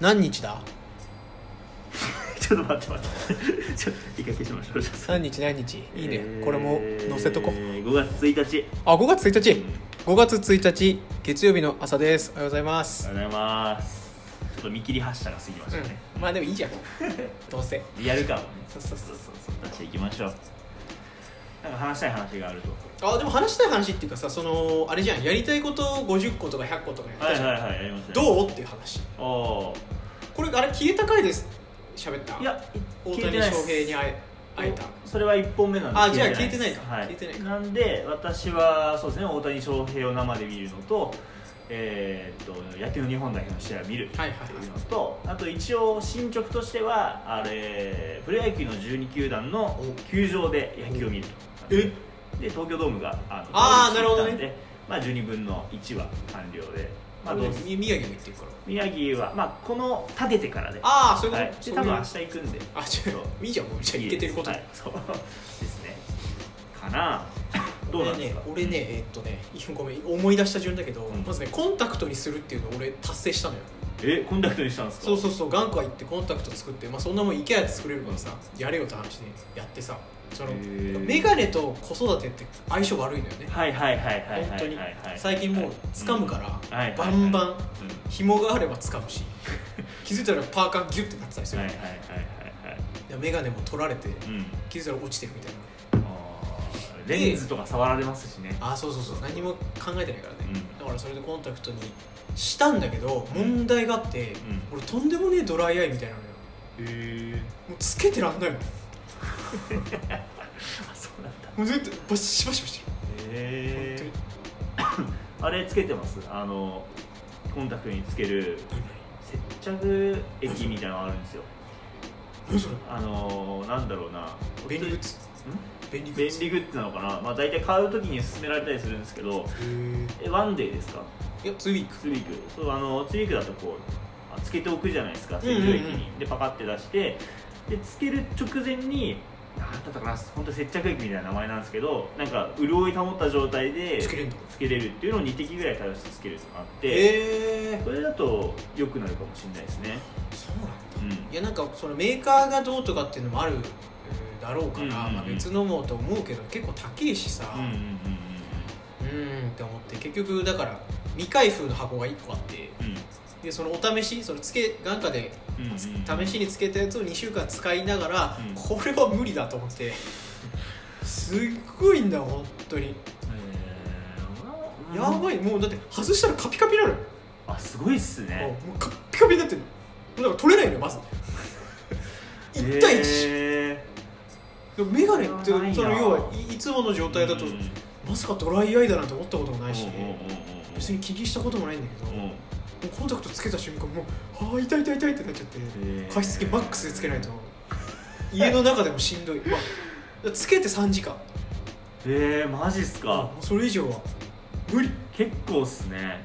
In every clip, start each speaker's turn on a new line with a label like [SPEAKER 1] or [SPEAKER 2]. [SPEAKER 1] 何日だ
[SPEAKER 2] ちょっと待って待ってちょっと一回消しましょうじゃあ
[SPEAKER 1] 何日何日いいねこれも載せとこ
[SPEAKER 2] えー5月1日
[SPEAKER 1] あ5月1
[SPEAKER 2] うん
[SPEAKER 1] 日5月1日月曜日の朝ですおはようございま
[SPEAKER 2] お
[SPEAKER 1] す、
[SPEAKER 2] はようございますちょっと見切り発車が過ぎましたね、
[SPEAKER 1] うん、まあでもいいじゃん どうせ
[SPEAKER 2] リアル感をね
[SPEAKER 1] そうそうそう
[SPEAKER 2] そうそう出していきましょうなんか話したい話があると
[SPEAKER 1] あでも話したい話っていうかさそのあれじゃんやりたいこと50個とか100個とかやった
[SPEAKER 2] はい
[SPEAKER 1] じゃん、
[SPEAKER 2] はいはいやりましたう
[SPEAKER 1] どうっていう話
[SPEAKER 2] お
[SPEAKER 1] これあれ消えた回です喋った
[SPEAKER 2] ーいや
[SPEAKER 1] 大
[SPEAKER 2] 聞いて
[SPEAKER 1] 谷
[SPEAKER 2] ないっ
[SPEAKER 1] 翔
[SPEAKER 2] す
[SPEAKER 1] 平に会え会えた
[SPEAKER 2] それは1本目なんで
[SPEAKER 1] あじゃあ
[SPEAKER 2] です
[SPEAKER 1] 聞いてないか
[SPEAKER 2] はい、なんで私はそうですね大谷翔平を生で見るのとえーっと野球の日本代表の試合を見る
[SPEAKER 1] はいはい
[SPEAKER 2] っていうのとあと一応進捗としてはあれプロ野球の12球団の球場で野球を見ると
[SPEAKER 1] え
[SPEAKER 2] で東京ドームがあの
[SPEAKER 1] あー
[SPEAKER 2] 倒
[SPEAKER 1] な
[SPEAKER 2] れて
[SPEAKER 1] るほど
[SPEAKER 2] きたん
[SPEAKER 1] ね
[SPEAKER 2] で、まあ、12分の1は完了で、まあ、どう
[SPEAKER 1] 俺宮城も行ってるから
[SPEAKER 2] 宮城は、まあ、この立ててからで,、は
[SPEAKER 1] ああそういうこと、
[SPEAKER 2] い、
[SPEAKER 1] そ
[SPEAKER 2] で
[SPEAKER 1] う
[SPEAKER 2] 多
[SPEAKER 1] い
[SPEAKER 2] 分
[SPEAKER 1] う
[SPEAKER 2] 明日行くんで
[SPEAKER 1] あ違
[SPEAKER 2] そう
[SPEAKER 1] ういいじゃんもうじゃあ行けてること
[SPEAKER 2] は
[SPEAKER 1] で
[SPEAKER 2] い、そう ですねかなどうなんですか
[SPEAKER 1] 俺ね俺ねえーっとねいやごめん思い出した順だけど、
[SPEAKER 2] うん
[SPEAKER 1] まずねコンタクトにするっていうのを俺達成したのよ
[SPEAKER 2] えコンタクトにしたんですか
[SPEAKER 1] そうそうそう頑固は行ってコンタクト作って、まあ、そんなもん IKEA で作れるからさやれよって話でやってさその
[SPEAKER 2] へー
[SPEAKER 1] メガネと子育てって相性悪いのよね
[SPEAKER 2] はいはいはいはいはい
[SPEAKER 1] 本当に
[SPEAKER 2] はいはい
[SPEAKER 1] 最近もう掴むか
[SPEAKER 2] うん
[SPEAKER 1] ら、
[SPEAKER 2] はいはい
[SPEAKER 1] バ
[SPEAKER 2] はい
[SPEAKER 1] ンバン
[SPEAKER 2] うん
[SPEAKER 1] 紐があれば掴 むし気づいたらパーカーギュッてなってたりする、
[SPEAKER 2] はい
[SPEAKER 1] い
[SPEAKER 2] はいはいはいはい
[SPEAKER 1] や眼鏡も取られて
[SPEAKER 2] うん
[SPEAKER 1] 気づいたら落ちてるみたいな
[SPEAKER 2] あーレンズとか触られますしね
[SPEAKER 1] あーそうそうそう何も考えてないからね、
[SPEAKER 2] うん
[SPEAKER 1] だからそれでコンタクトにしたんだけど問題があって、
[SPEAKER 2] う
[SPEAKER 1] 俺とんでもねえドライアイみたいなのよ
[SPEAKER 2] へえ
[SPEAKER 1] もうつけてらんないのも
[SPEAKER 2] あそうなんだ
[SPEAKER 1] うずっとバシバシバシ
[SPEAKER 2] へ
[SPEAKER 1] 本
[SPEAKER 2] えあれつけてますあのコンタクトにつける
[SPEAKER 1] 当に
[SPEAKER 2] 接着液みたいなのあるんですよ
[SPEAKER 1] 何それ
[SPEAKER 2] あのー、なんだろうな
[SPEAKER 1] 便利グッズ便利グッ
[SPEAKER 2] 便
[SPEAKER 1] ズ
[SPEAKER 2] 利グッズなのかな、まあ、大体買う時に勧められたりするんですけどえワンデーですか
[SPEAKER 1] へえいやツーウィーク
[SPEAKER 2] ツリークそうあのツリークだとこうあつけておくじゃないですか
[SPEAKER 1] うん
[SPEAKER 2] 洗
[SPEAKER 1] うんうん
[SPEAKER 2] 浄液に、でパカッて出してでつける直前に何だったかな本当接着液みたいな名前なんですけどなんか潤い保った状態で
[SPEAKER 1] つけれんだ
[SPEAKER 2] つけれるっていうのを2滴ぐらい垂らしてつけるやつがあって、
[SPEAKER 1] へえ
[SPEAKER 2] これだと良くなるかもしれないですね
[SPEAKER 1] そうなんだ
[SPEAKER 2] うん
[SPEAKER 1] いやなんかそのメーカーがどうとかっていうのもあるえーだろうから、
[SPEAKER 2] うんうんうん
[SPEAKER 1] まあ、別のもと思うけど結構高いしさ
[SPEAKER 2] うんうんうん
[SPEAKER 1] うーんって思って結局だから未開封の箱が1個あってでそのお試しそのつけ眼下で
[SPEAKER 2] うんうんうん
[SPEAKER 1] つ試しにつけたやつを2週間使いながら、
[SPEAKER 2] うん
[SPEAKER 1] これは無理だと思ってすっごいんだよ本当に
[SPEAKER 2] えーまあうん
[SPEAKER 1] やばいもうだって外したらカピカピなのよ、
[SPEAKER 2] あすごいっすね
[SPEAKER 1] もうカッピカピになってるだから取れないのよ まず1対1、
[SPEAKER 2] え
[SPEAKER 1] でもメガネって
[SPEAKER 2] それはないな
[SPEAKER 1] その要はいいつもの状態だと、
[SPEAKER 2] うんうん
[SPEAKER 1] まさかドライアイだなんて思ったこともないし、
[SPEAKER 2] うんうんうんうん
[SPEAKER 1] 別に気にしたこともないんだけど、
[SPEAKER 2] うん
[SPEAKER 1] もうコンタクトつけた瞬間もうああ痛い痛い痛いってなっちゃって、
[SPEAKER 2] へー
[SPEAKER 1] 加湿器マックスでつけないと家の中でもしんどい、まあ、つけて3時間
[SPEAKER 2] えー、マジっすか
[SPEAKER 1] もうそれ以上は無理
[SPEAKER 2] 結構っすね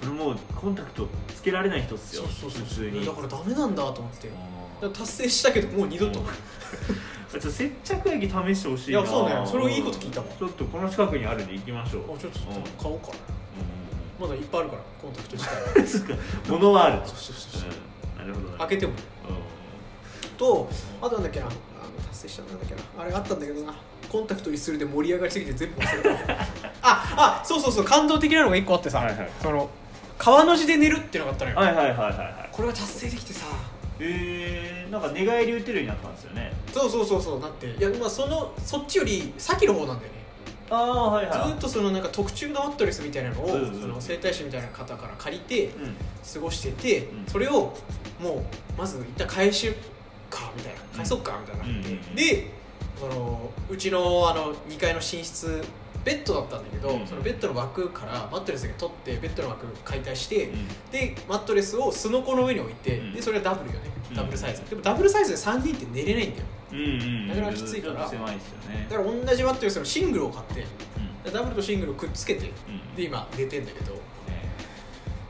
[SPEAKER 2] それもうコンタクトつけられない人っすよ
[SPEAKER 1] そうそうそう
[SPEAKER 2] 普通に
[SPEAKER 1] だからダメなんだと思ってだか
[SPEAKER 2] あ
[SPEAKER 1] ら達成したけどもう二度と
[SPEAKER 2] うんーちょっと接着液試してほしいない
[SPEAKER 1] やそうだよそれをいいこと聞いたわ
[SPEAKER 2] ちょっとこの近くにあるんで行きましょう
[SPEAKER 1] あちょっと
[SPEAKER 2] うんうん
[SPEAKER 1] 買おうかなまだいっぱいあるからコンタクト自体は
[SPEAKER 2] そっか物はある
[SPEAKER 1] そうそうそうそう
[SPEAKER 2] うんなるほど
[SPEAKER 1] 開
[SPEAKER 2] け
[SPEAKER 1] けてもとあとなんだっけなあの達成したのなんだっけなあれあったんだけどなコンタクトにするで盛り上がりすぎて全部忘れた ああそうそうそう感動的なのが1個あってさ、
[SPEAKER 2] はいはい
[SPEAKER 1] その川の字で寝るってのがあったのよ、
[SPEAKER 2] はいはいはいはいはい
[SPEAKER 1] これが達成できてさ
[SPEAKER 2] えー、なんか寝返り打てるようになったんですよね
[SPEAKER 1] そうそうそうそうなっていやまあそのそっちより先の方なんだよね
[SPEAKER 2] ああはい
[SPEAKER 1] ずー
[SPEAKER 2] は
[SPEAKER 1] っとそのなんか特注のマットレスみたいなのを、
[SPEAKER 2] うんうん
[SPEAKER 1] その整体師みたいな方から借りて
[SPEAKER 2] いうん
[SPEAKER 1] 過ごしてて、
[SPEAKER 2] うん
[SPEAKER 1] それをもうまず一旦返しかみたいな返そうかみたいななって、
[SPEAKER 2] うんうんうん
[SPEAKER 1] でそのうちのあの2階の寝室ベッドだったんだけど、
[SPEAKER 2] うんうん
[SPEAKER 1] そのベッドの枠からマットレスだけ取ってベッドの枠解体して、
[SPEAKER 2] うん
[SPEAKER 1] でマットレスをすのこの上に置いて、
[SPEAKER 2] うん
[SPEAKER 1] でそれはダブルよね
[SPEAKER 2] うん
[SPEAKER 1] ダブルサイズ、でもダブルサイズで3人って寝れないんだよ
[SPEAKER 2] うんうん
[SPEAKER 1] なかなかきついから
[SPEAKER 2] ちょっと狭いっすよね
[SPEAKER 1] だから同じマットレスのシングルを買って
[SPEAKER 2] うん
[SPEAKER 1] ダブルとシングルをくっつけて
[SPEAKER 2] うん
[SPEAKER 1] で今寝てんだけど
[SPEAKER 2] ね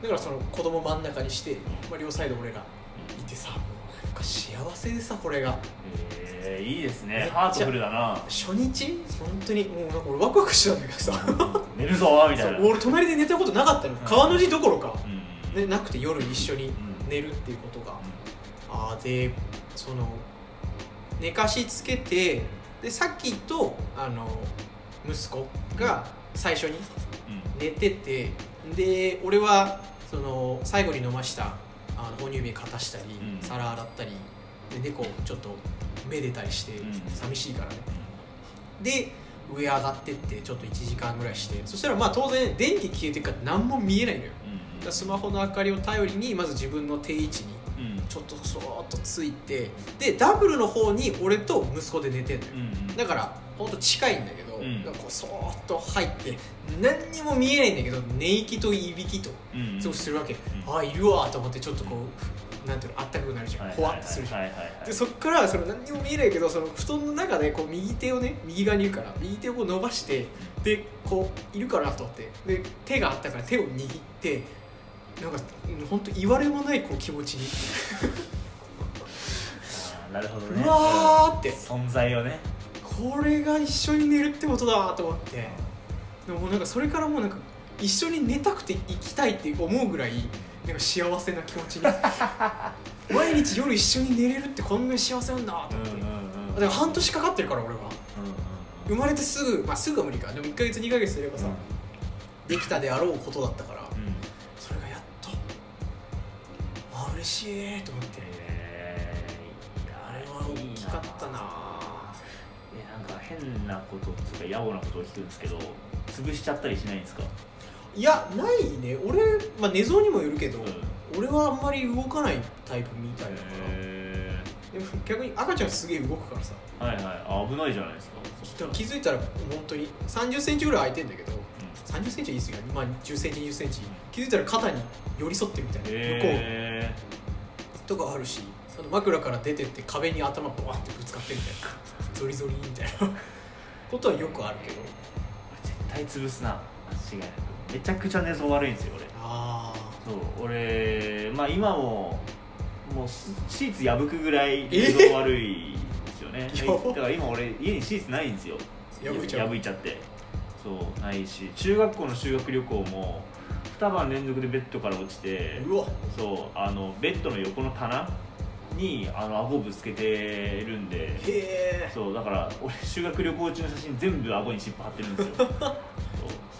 [SPEAKER 1] だからその子供真ん中にして、まあ、両サイド俺らいてさもうなんか幸せでさこれが
[SPEAKER 2] えー、いいです
[SPEAKER 1] めっ
[SPEAKER 2] ね
[SPEAKER 1] ちゃ
[SPEAKER 2] ハートフル だな
[SPEAKER 1] 初日本当にもうなんか俺ワクワクしてたんだけどさ
[SPEAKER 2] 寝るぞーみ
[SPEAKER 1] そ
[SPEAKER 2] たいな
[SPEAKER 1] う俺隣で寝たことなかったの川の字どころか、
[SPEAKER 2] うん
[SPEAKER 1] ね、なくて夜一緒に
[SPEAKER 2] うん
[SPEAKER 1] 寝るっていうことがあーでその寝かしつけてでさっきとあの息子が最初に寝ててで俺はその最後に飲ましたあの哺乳瓶かたしたり、
[SPEAKER 2] うん
[SPEAKER 1] 皿洗ったりで猫をちょっとめでたりして、
[SPEAKER 2] うん
[SPEAKER 1] 寂しいからねで上上がってってちょっと1時間ぐらいしてそしたらまあ当然電気消えてるから何も見えないのよだからスマホの明かりを頼りにまず自分の定位置にちょっとそーっとついてでダブルの方に俺と息子で寝てんのよだからほんと近いんだけど、
[SPEAKER 2] うん
[SPEAKER 1] だからこうそーっと入って何にも見えないんだけど寝息といびきとそうするわけ、ああいるわと思ってちょっとこうなんていうのあったかくなるじゃんほわっとするじゃんでそっからその何にも見えないけどその布団の中でこう右手をね右側にいるから右手をこう伸ばしてでこういるかなと思ってで手があったから手を握ってなんか本当言われもないこう気持ちに
[SPEAKER 2] なるほどね
[SPEAKER 1] うわーって
[SPEAKER 2] 存在をね
[SPEAKER 1] これが一緒に寝るってことだと思ってでももうなんかそれからもうなんか一緒に寝たくて行きたいって思うぐらいなんか幸せな気持ち に毎日夜一緒に寝れるってこんなに幸せなんだと思って、だから半年かかってるから俺は生まれてすぐまあすぐは無理かでも1ヶ月2ヶ月すればさ、できたであろうことだったからそれがやっとあ嬉しいと思ってあれは大きかったな
[SPEAKER 2] えなんか変なこととか野暮なことを聞くんですけど潰しちゃったりしないんですか、
[SPEAKER 1] いやないね俺、まあ、寝相にもよるけど、
[SPEAKER 2] うん
[SPEAKER 1] 俺はあんまり動かないタイプみたいだから
[SPEAKER 2] へ
[SPEAKER 1] でも逆に赤ちゃんすげえ動くからさ
[SPEAKER 2] ーはいはいあ危ないじゃないですか、
[SPEAKER 1] だから気づいたら本当に3 0ンチぐらい空いてんだけど3 0ンチは言い過ぎかまあ1 0ンチ2 0ンチ気づいたら肩に寄り添ってるみたいな、
[SPEAKER 2] へ
[SPEAKER 1] 向こうとかあるしあと枕から出てって壁に頭バーンってぶつかってみたいなゾリゾリみたいなことはよくあるけど
[SPEAKER 2] え絶対潰すな間違いなくめちゃくちゃ寝相悪いんですよ俺
[SPEAKER 1] ああ
[SPEAKER 2] そう俺まあ今ももうシシーツ破くぐらい
[SPEAKER 1] え
[SPEAKER 2] 寝相悪いんですよね、
[SPEAKER 1] やば
[SPEAKER 2] だから今俺家にシーツないんですよ
[SPEAKER 1] 破いちゃう
[SPEAKER 2] 破いちゃってそうないし中学校の修学旅行も2晩連続でベッドから落ちて
[SPEAKER 1] うわ
[SPEAKER 2] そうあのベッドの横の棚にあの顎ぶつけてるんで
[SPEAKER 1] へえ
[SPEAKER 2] そうだから俺修学旅行中の写真全部顎に尻尾貼ってるん ですよそう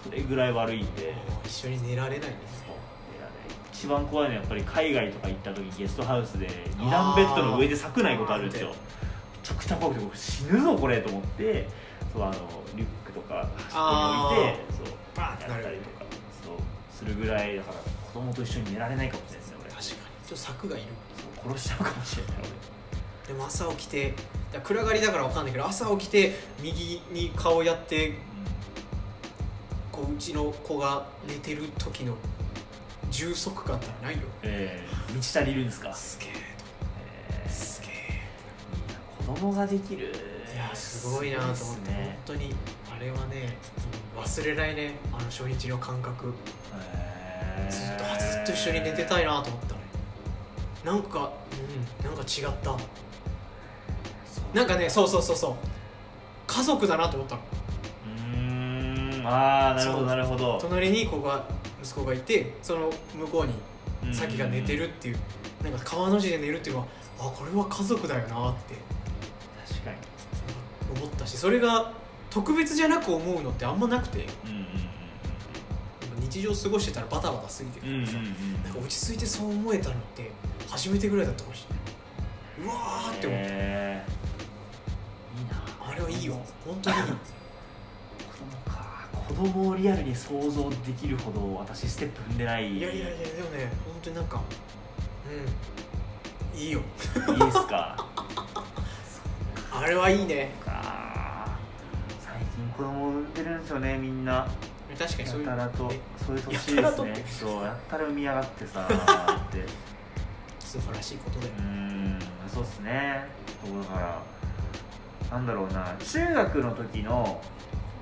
[SPEAKER 2] それぐらい悪いんで
[SPEAKER 1] 一緒に寝られないね
[SPEAKER 2] そういやね一番怖いのはやっぱり海外とか行った時ゲストハウスで2段ベッドの上で咲くないことあるんですよ
[SPEAKER 1] あ
[SPEAKER 2] めちゃくちゃ怖くて僕死ぬぞこれと思ってそうあのリュックとか端っこに置いてそうバーンってやったりとかそうするぐらいだから子供と一緒に寝られないかもしれないですね俺
[SPEAKER 1] 確かにちょっと柵がいる
[SPEAKER 2] そう殺しちゃうかもしれない
[SPEAKER 1] でも朝起きてだから暗がりだからわかんないけど朝起きて右に顔やってこううちの子が寝てる時の充足感ってないよ
[SPEAKER 2] 俺、うん、えー、満ち足りるんですか、
[SPEAKER 1] すげえ
[SPEAKER 2] えー、
[SPEAKER 1] すげえ
[SPEAKER 2] 子供ができる
[SPEAKER 1] いやすごいなと思って、
[SPEAKER 2] すごいっすね
[SPEAKER 1] 本当にあれはね忘れないねあの初日の感覚
[SPEAKER 2] えー
[SPEAKER 1] ずっとあずっと一緒に寝てたいなと思ったねなんかうんなんか違った
[SPEAKER 2] そう
[SPEAKER 1] なんかねそうそうそうそう家族だなと思ったの
[SPEAKER 2] うーんああなるほ
[SPEAKER 1] そう
[SPEAKER 2] どなるほど
[SPEAKER 1] 隣に子が息子がいてその向こうにさきが寝てるっていうなんか川の字で寝るっていうのはあこれは家族だよなって
[SPEAKER 2] 確か
[SPEAKER 1] 思ったしそれが特別じゃなく思うのってあんまなくて
[SPEAKER 2] に
[SPEAKER 1] 日常過ごしてたらバタバタ過ぎて
[SPEAKER 2] うんう
[SPEAKER 1] る
[SPEAKER 2] んうんうんうん
[SPEAKER 1] からさ、なんか落ち着いてそう思えたのって初めてぐらいだったかもしれないうわーって思った、
[SPEAKER 2] へーいいな
[SPEAKER 1] あれはいいよ本当にいい
[SPEAKER 2] 子供か子供をリアルに想像できるほど私ステップ踏んで ない
[SPEAKER 1] いやいやいやでもね本当になんかうんいいよ
[SPEAKER 2] いいですか
[SPEAKER 1] あれはいいね
[SPEAKER 2] か最近子供産んでるんですよねみんな
[SPEAKER 1] 確かに
[SPEAKER 2] や
[SPEAKER 1] そういう
[SPEAKER 2] たらと
[SPEAKER 1] ね
[SPEAKER 2] そういう年
[SPEAKER 1] やた
[SPEAKER 2] で
[SPEAKER 1] ら
[SPEAKER 2] す
[SPEAKER 1] とって
[SPEAKER 2] ねそうやったら産みやがっ てさーって
[SPEAKER 1] 素晴らしいことだよ
[SPEAKER 2] うーんそうっすね僕だからなんだろうな中学の時の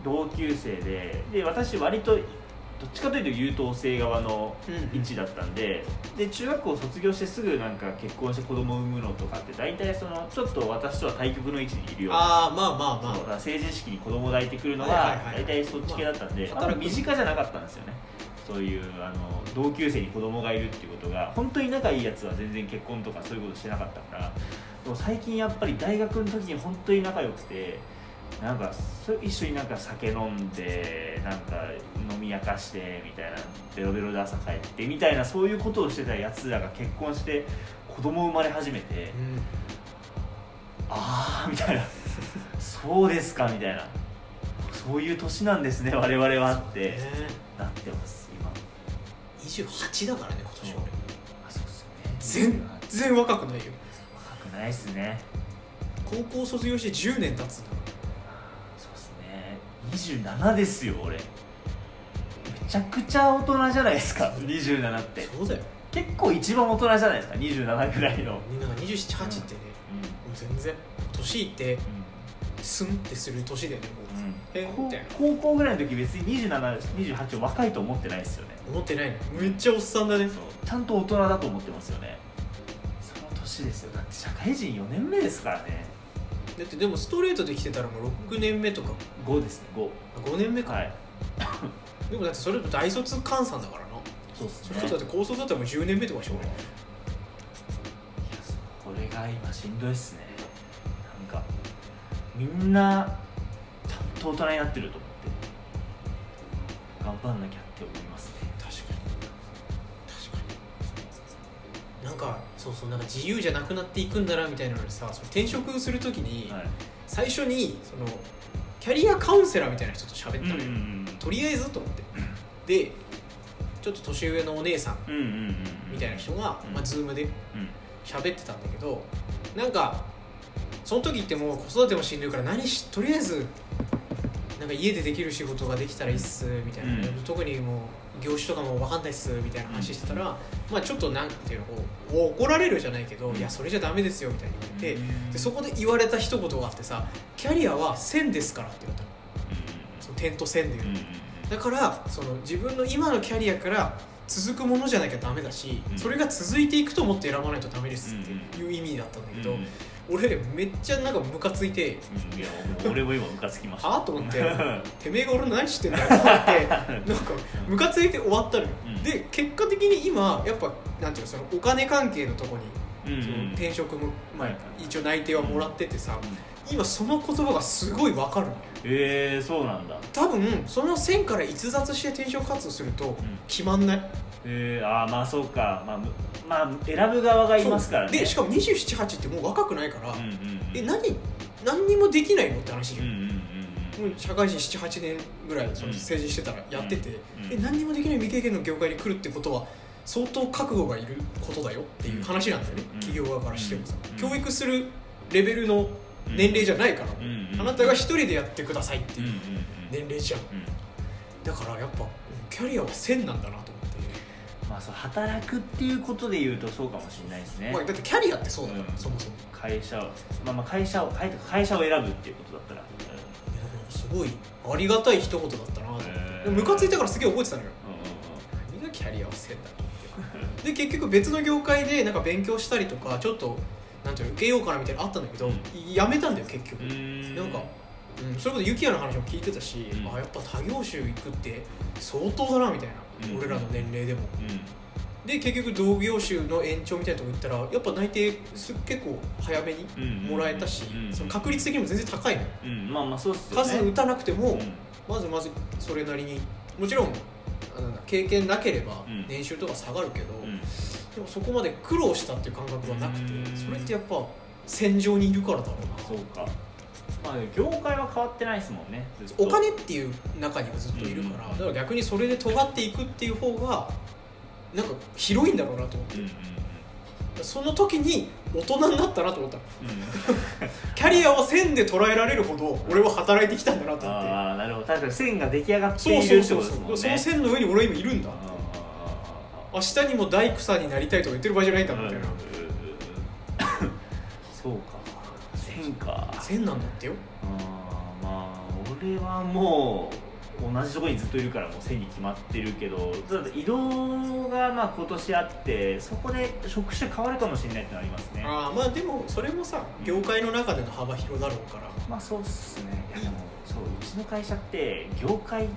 [SPEAKER 2] 同級生でで私割とどっちかというと優等生側の位置だったんでで中学校を卒業してすぐなんか結婚して子供を産むのとかって大体そのちょっと私とは対極の位置にいるような
[SPEAKER 1] ああまあまあ
[SPEAKER 2] そうだ
[SPEAKER 1] ま
[SPEAKER 2] から成人式に子供抱いてくるの
[SPEAKER 1] はい
[SPEAKER 2] が
[SPEAKER 1] はいはい
[SPEAKER 2] 大体そっち系だったんで、
[SPEAKER 1] まあ
[SPEAKER 2] あんま身近じゃなかったんですよねそういうあの同級生に子供がいるっていうことが本当に仲いいやつは全然結婚とかそういうことしてなかったからでも最近やっぱり大学の時に本当に仲良くてなんかそ一緒になんか酒飲んでなんか飲み明かしてみたいなベロベロで朝帰ってみたいなそういうことをしてたやつらが結婚して子供生まれ始めてああみたいなそうですかみたいなそういう年なんですね我々はって、
[SPEAKER 1] ね
[SPEAKER 2] なってます今
[SPEAKER 1] 28だからね今年俺
[SPEAKER 2] あそうっすよ
[SPEAKER 1] 全然若くないよ
[SPEAKER 2] 若くないっすね
[SPEAKER 1] 高校卒業して10年経つんだ
[SPEAKER 2] そうっすね27ですよ俺めちゃくちゃ大人じゃないですか27って
[SPEAKER 1] そうだよ
[SPEAKER 2] 結構一番大人じゃないですか27ぐらいの
[SPEAKER 1] なんか278ってね、
[SPEAKER 2] う
[SPEAKER 1] もう全然年いって
[SPEAKER 2] ん
[SPEAKER 1] スンってする年でねもえ
[SPEAKER 2] うん
[SPEAKER 1] みたいな
[SPEAKER 2] 高高校ぐらいの時別に2728を若いと思ってないですよね
[SPEAKER 1] う思ってないのめっちゃおっさんだね
[SPEAKER 2] そうちゃんと大人だと思ってますよねその年ですよだって社会人4年目ですからね
[SPEAKER 1] だってでもストレートで来てたらもう6年目とか
[SPEAKER 2] 5ですね5
[SPEAKER 1] 5年目か、
[SPEAKER 2] はい
[SPEAKER 1] でもだってそれと大卒換算だからな
[SPEAKER 2] そうっす
[SPEAKER 1] それこそだって高卒だったらもう10年目とかでしょ
[SPEAKER 2] いやこれが今しんどいっすねなんかみんなちゃんと大人になってると思って頑張んなきゃって思いますね
[SPEAKER 1] 確かに確かになんかそうそうなんか自由じゃなくなっていくんだなみたいなのでさその転職するときに
[SPEAKER 2] はい
[SPEAKER 1] 最初にそのキャリアカウンセラーみたいな人と喋った
[SPEAKER 2] う
[SPEAKER 1] の
[SPEAKER 2] んう
[SPEAKER 1] よ、
[SPEAKER 2] ん
[SPEAKER 1] とりあえずと思ってでちょっと年上のお姉さん
[SPEAKER 2] うんうんうんうん
[SPEAKER 1] みたいな人が、
[SPEAKER 2] うん
[SPEAKER 1] まあ、Zoom で
[SPEAKER 2] うん
[SPEAKER 1] 喋ってたんだけどなんかその時ってもう子育てもしんどいから何しとりあえずなんか家でできる仕事ができたらいいっすみたいな、ね
[SPEAKER 2] うん
[SPEAKER 1] 特にもう業種とかも分かんないっすみたいな話してたら、まあちょっとなんていうのこうお怒られるじゃないけど、
[SPEAKER 2] うん
[SPEAKER 1] いやそれじゃダメですよみたいに言って、
[SPEAKER 2] うん
[SPEAKER 1] でそこで言われた一言があってさ「キャリアは線ですから」って言われたのその点と線で言う
[SPEAKER 2] うんうんうん
[SPEAKER 1] だからその自分の今のキャリアから続くものじゃなきゃダメだし、
[SPEAKER 2] うん
[SPEAKER 1] それが続いていくと思って選ばないとダメですっていう意味だったんだけど、
[SPEAKER 2] うん
[SPEAKER 1] 俺めっちゃなんかムカついて
[SPEAKER 2] うんいやもう俺も今ムカつきました
[SPEAKER 1] はあと思って
[SPEAKER 2] うん
[SPEAKER 1] 「てめえが俺の何してんだ よ」って思ってなんかムカついて終わったのよ、
[SPEAKER 2] うん
[SPEAKER 1] で結果的に今やっぱなんていうのそのお金関係のとこに、
[SPEAKER 2] うん
[SPEAKER 1] その転職も、まあ
[SPEAKER 2] はいは、
[SPEAKER 1] 一応内定はもらっててさ、
[SPEAKER 2] うん
[SPEAKER 1] 今その言葉がすごいわかるのよ
[SPEAKER 2] えー、そうなんだ
[SPEAKER 1] 多分その線から逸脱して転職活動すると
[SPEAKER 2] ん
[SPEAKER 1] 決まんない、
[SPEAKER 2] えー、あーまあそうかまあむまあ選ぶ側がいますから
[SPEAKER 1] そう
[SPEAKER 2] ね
[SPEAKER 1] でしかも278ってもう若くないから、
[SPEAKER 2] うんうんうん
[SPEAKER 1] え何何にもできないのって話じ
[SPEAKER 2] う
[SPEAKER 1] ゃ
[SPEAKER 2] ん
[SPEAKER 1] ん
[SPEAKER 2] うんうんうん
[SPEAKER 1] もう社会人78年ぐらいその
[SPEAKER 2] うん
[SPEAKER 1] 成人してたらやってて、
[SPEAKER 2] うん
[SPEAKER 1] え何にもできない未経験の業界に来るってことは相当覚悟がいることだよっていう話なんだよね、
[SPEAKER 2] うん
[SPEAKER 1] 企業側からしてもさ、
[SPEAKER 2] うん
[SPEAKER 1] 教育するレベルの年齢じゃないから、
[SPEAKER 2] んうん
[SPEAKER 1] あなたが一人でやってくださいって
[SPEAKER 2] うん
[SPEAKER 1] い
[SPEAKER 2] うん
[SPEAKER 1] う年齢じゃん
[SPEAKER 2] うんうん
[SPEAKER 1] だからやっぱキャリアは線なんだなと思って、
[SPEAKER 2] まあそう働くっていうことで言うとそうかもしれないですね、
[SPEAKER 1] まあ、だってキャリアってそうだから、
[SPEAKER 2] うん
[SPEAKER 1] そもそも
[SPEAKER 2] 会社を、まあ、まあ会社を会会社を選ぶっていうことだったら、
[SPEAKER 1] いやだからすごいありがたい一言だったなと思って
[SPEAKER 2] へ
[SPEAKER 1] で
[SPEAKER 2] ー
[SPEAKER 1] ムカついたからすげえ覚えてたのよ
[SPEAKER 2] うんうん
[SPEAKER 1] 何がキャリアをせんだと思ってで結局別の業界でなんか勉強したりとかちょっとなんていうの受けようかなみたいなのあったんだけど、
[SPEAKER 2] うん
[SPEAKER 1] やめたんだよ結局、
[SPEAKER 2] うんうーん
[SPEAKER 1] なんかうん、それこそユキヤの話も聞いてたし、
[SPEAKER 2] うん
[SPEAKER 1] あやっぱ他業種行くって相当だなみたいな、
[SPEAKER 2] うん
[SPEAKER 1] 俺らの年齢でも
[SPEAKER 2] うん
[SPEAKER 1] で結局同業種の延長みたいなとこ行ったらやっぱ内定す結構早めに
[SPEAKER 2] うん
[SPEAKER 1] もらえたし、
[SPEAKER 2] うん
[SPEAKER 1] その確率的にも全然高いのよ
[SPEAKER 2] うんまあまあそうっすよね
[SPEAKER 1] 数打たなくても、
[SPEAKER 2] うん
[SPEAKER 1] まずまずそれなりにもちろんあの経験なければ
[SPEAKER 2] うん
[SPEAKER 1] 年収とか下がるけど、
[SPEAKER 2] うん
[SPEAKER 1] でもそこまで苦労したっていう感覚はなくて
[SPEAKER 2] うん
[SPEAKER 1] それってやっぱ戦場にいるからだろうな
[SPEAKER 2] そうかまあ業界は変わってないですもんねずっと
[SPEAKER 1] お金っていう中にはずっといるから、
[SPEAKER 2] うん
[SPEAKER 1] だから逆にそれで尖っていくっていう方がなんか広いんだろうなと思っ
[SPEAKER 2] うんうん
[SPEAKER 1] てその時に大人になったなと思った
[SPEAKER 2] う んうん
[SPEAKER 1] キャリアを線で捉えられるほど俺は働いてきたんだなと思って
[SPEAKER 2] ああなるほど確かに線が出来上がって
[SPEAKER 1] そう
[SPEAKER 2] い
[SPEAKER 1] そ
[SPEAKER 2] る
[SPEAKER 1] う
[SPEAKER 2] って
[SPEAKER 1] そ
[SPEAKER 2] こ
[SPEAKER 1] う
[SPEAKER 2] とですもん
[SPEAKER 1] そ
[SPEAKER 2] ね
[SPEAKER 1] うその線の上に俺は今いるんだ
[SPEAKER 2] あ
[SPEAKER 1] 明日にも大工さんになりたいとか言ってる場合じゃないん
[SPEAKER 2] ー
[SPEAKER 1] だみたいな、
[SPEAKER 2] うんそうか線か
[SPEAKER 1] 線なんだってよ
[SPEAKER 2] あーまあ俺はもう同じところにずっといるからもう線に決まってるけどただ移動がまあ今年あってそこで職種変わるかもしれないってのはありますね
[SPEAKER 1] ああまあでもそれもさ業界の中での幅広だろうから
[SPEAKER 2] まあそうっすねいやでもそううちの会社って業界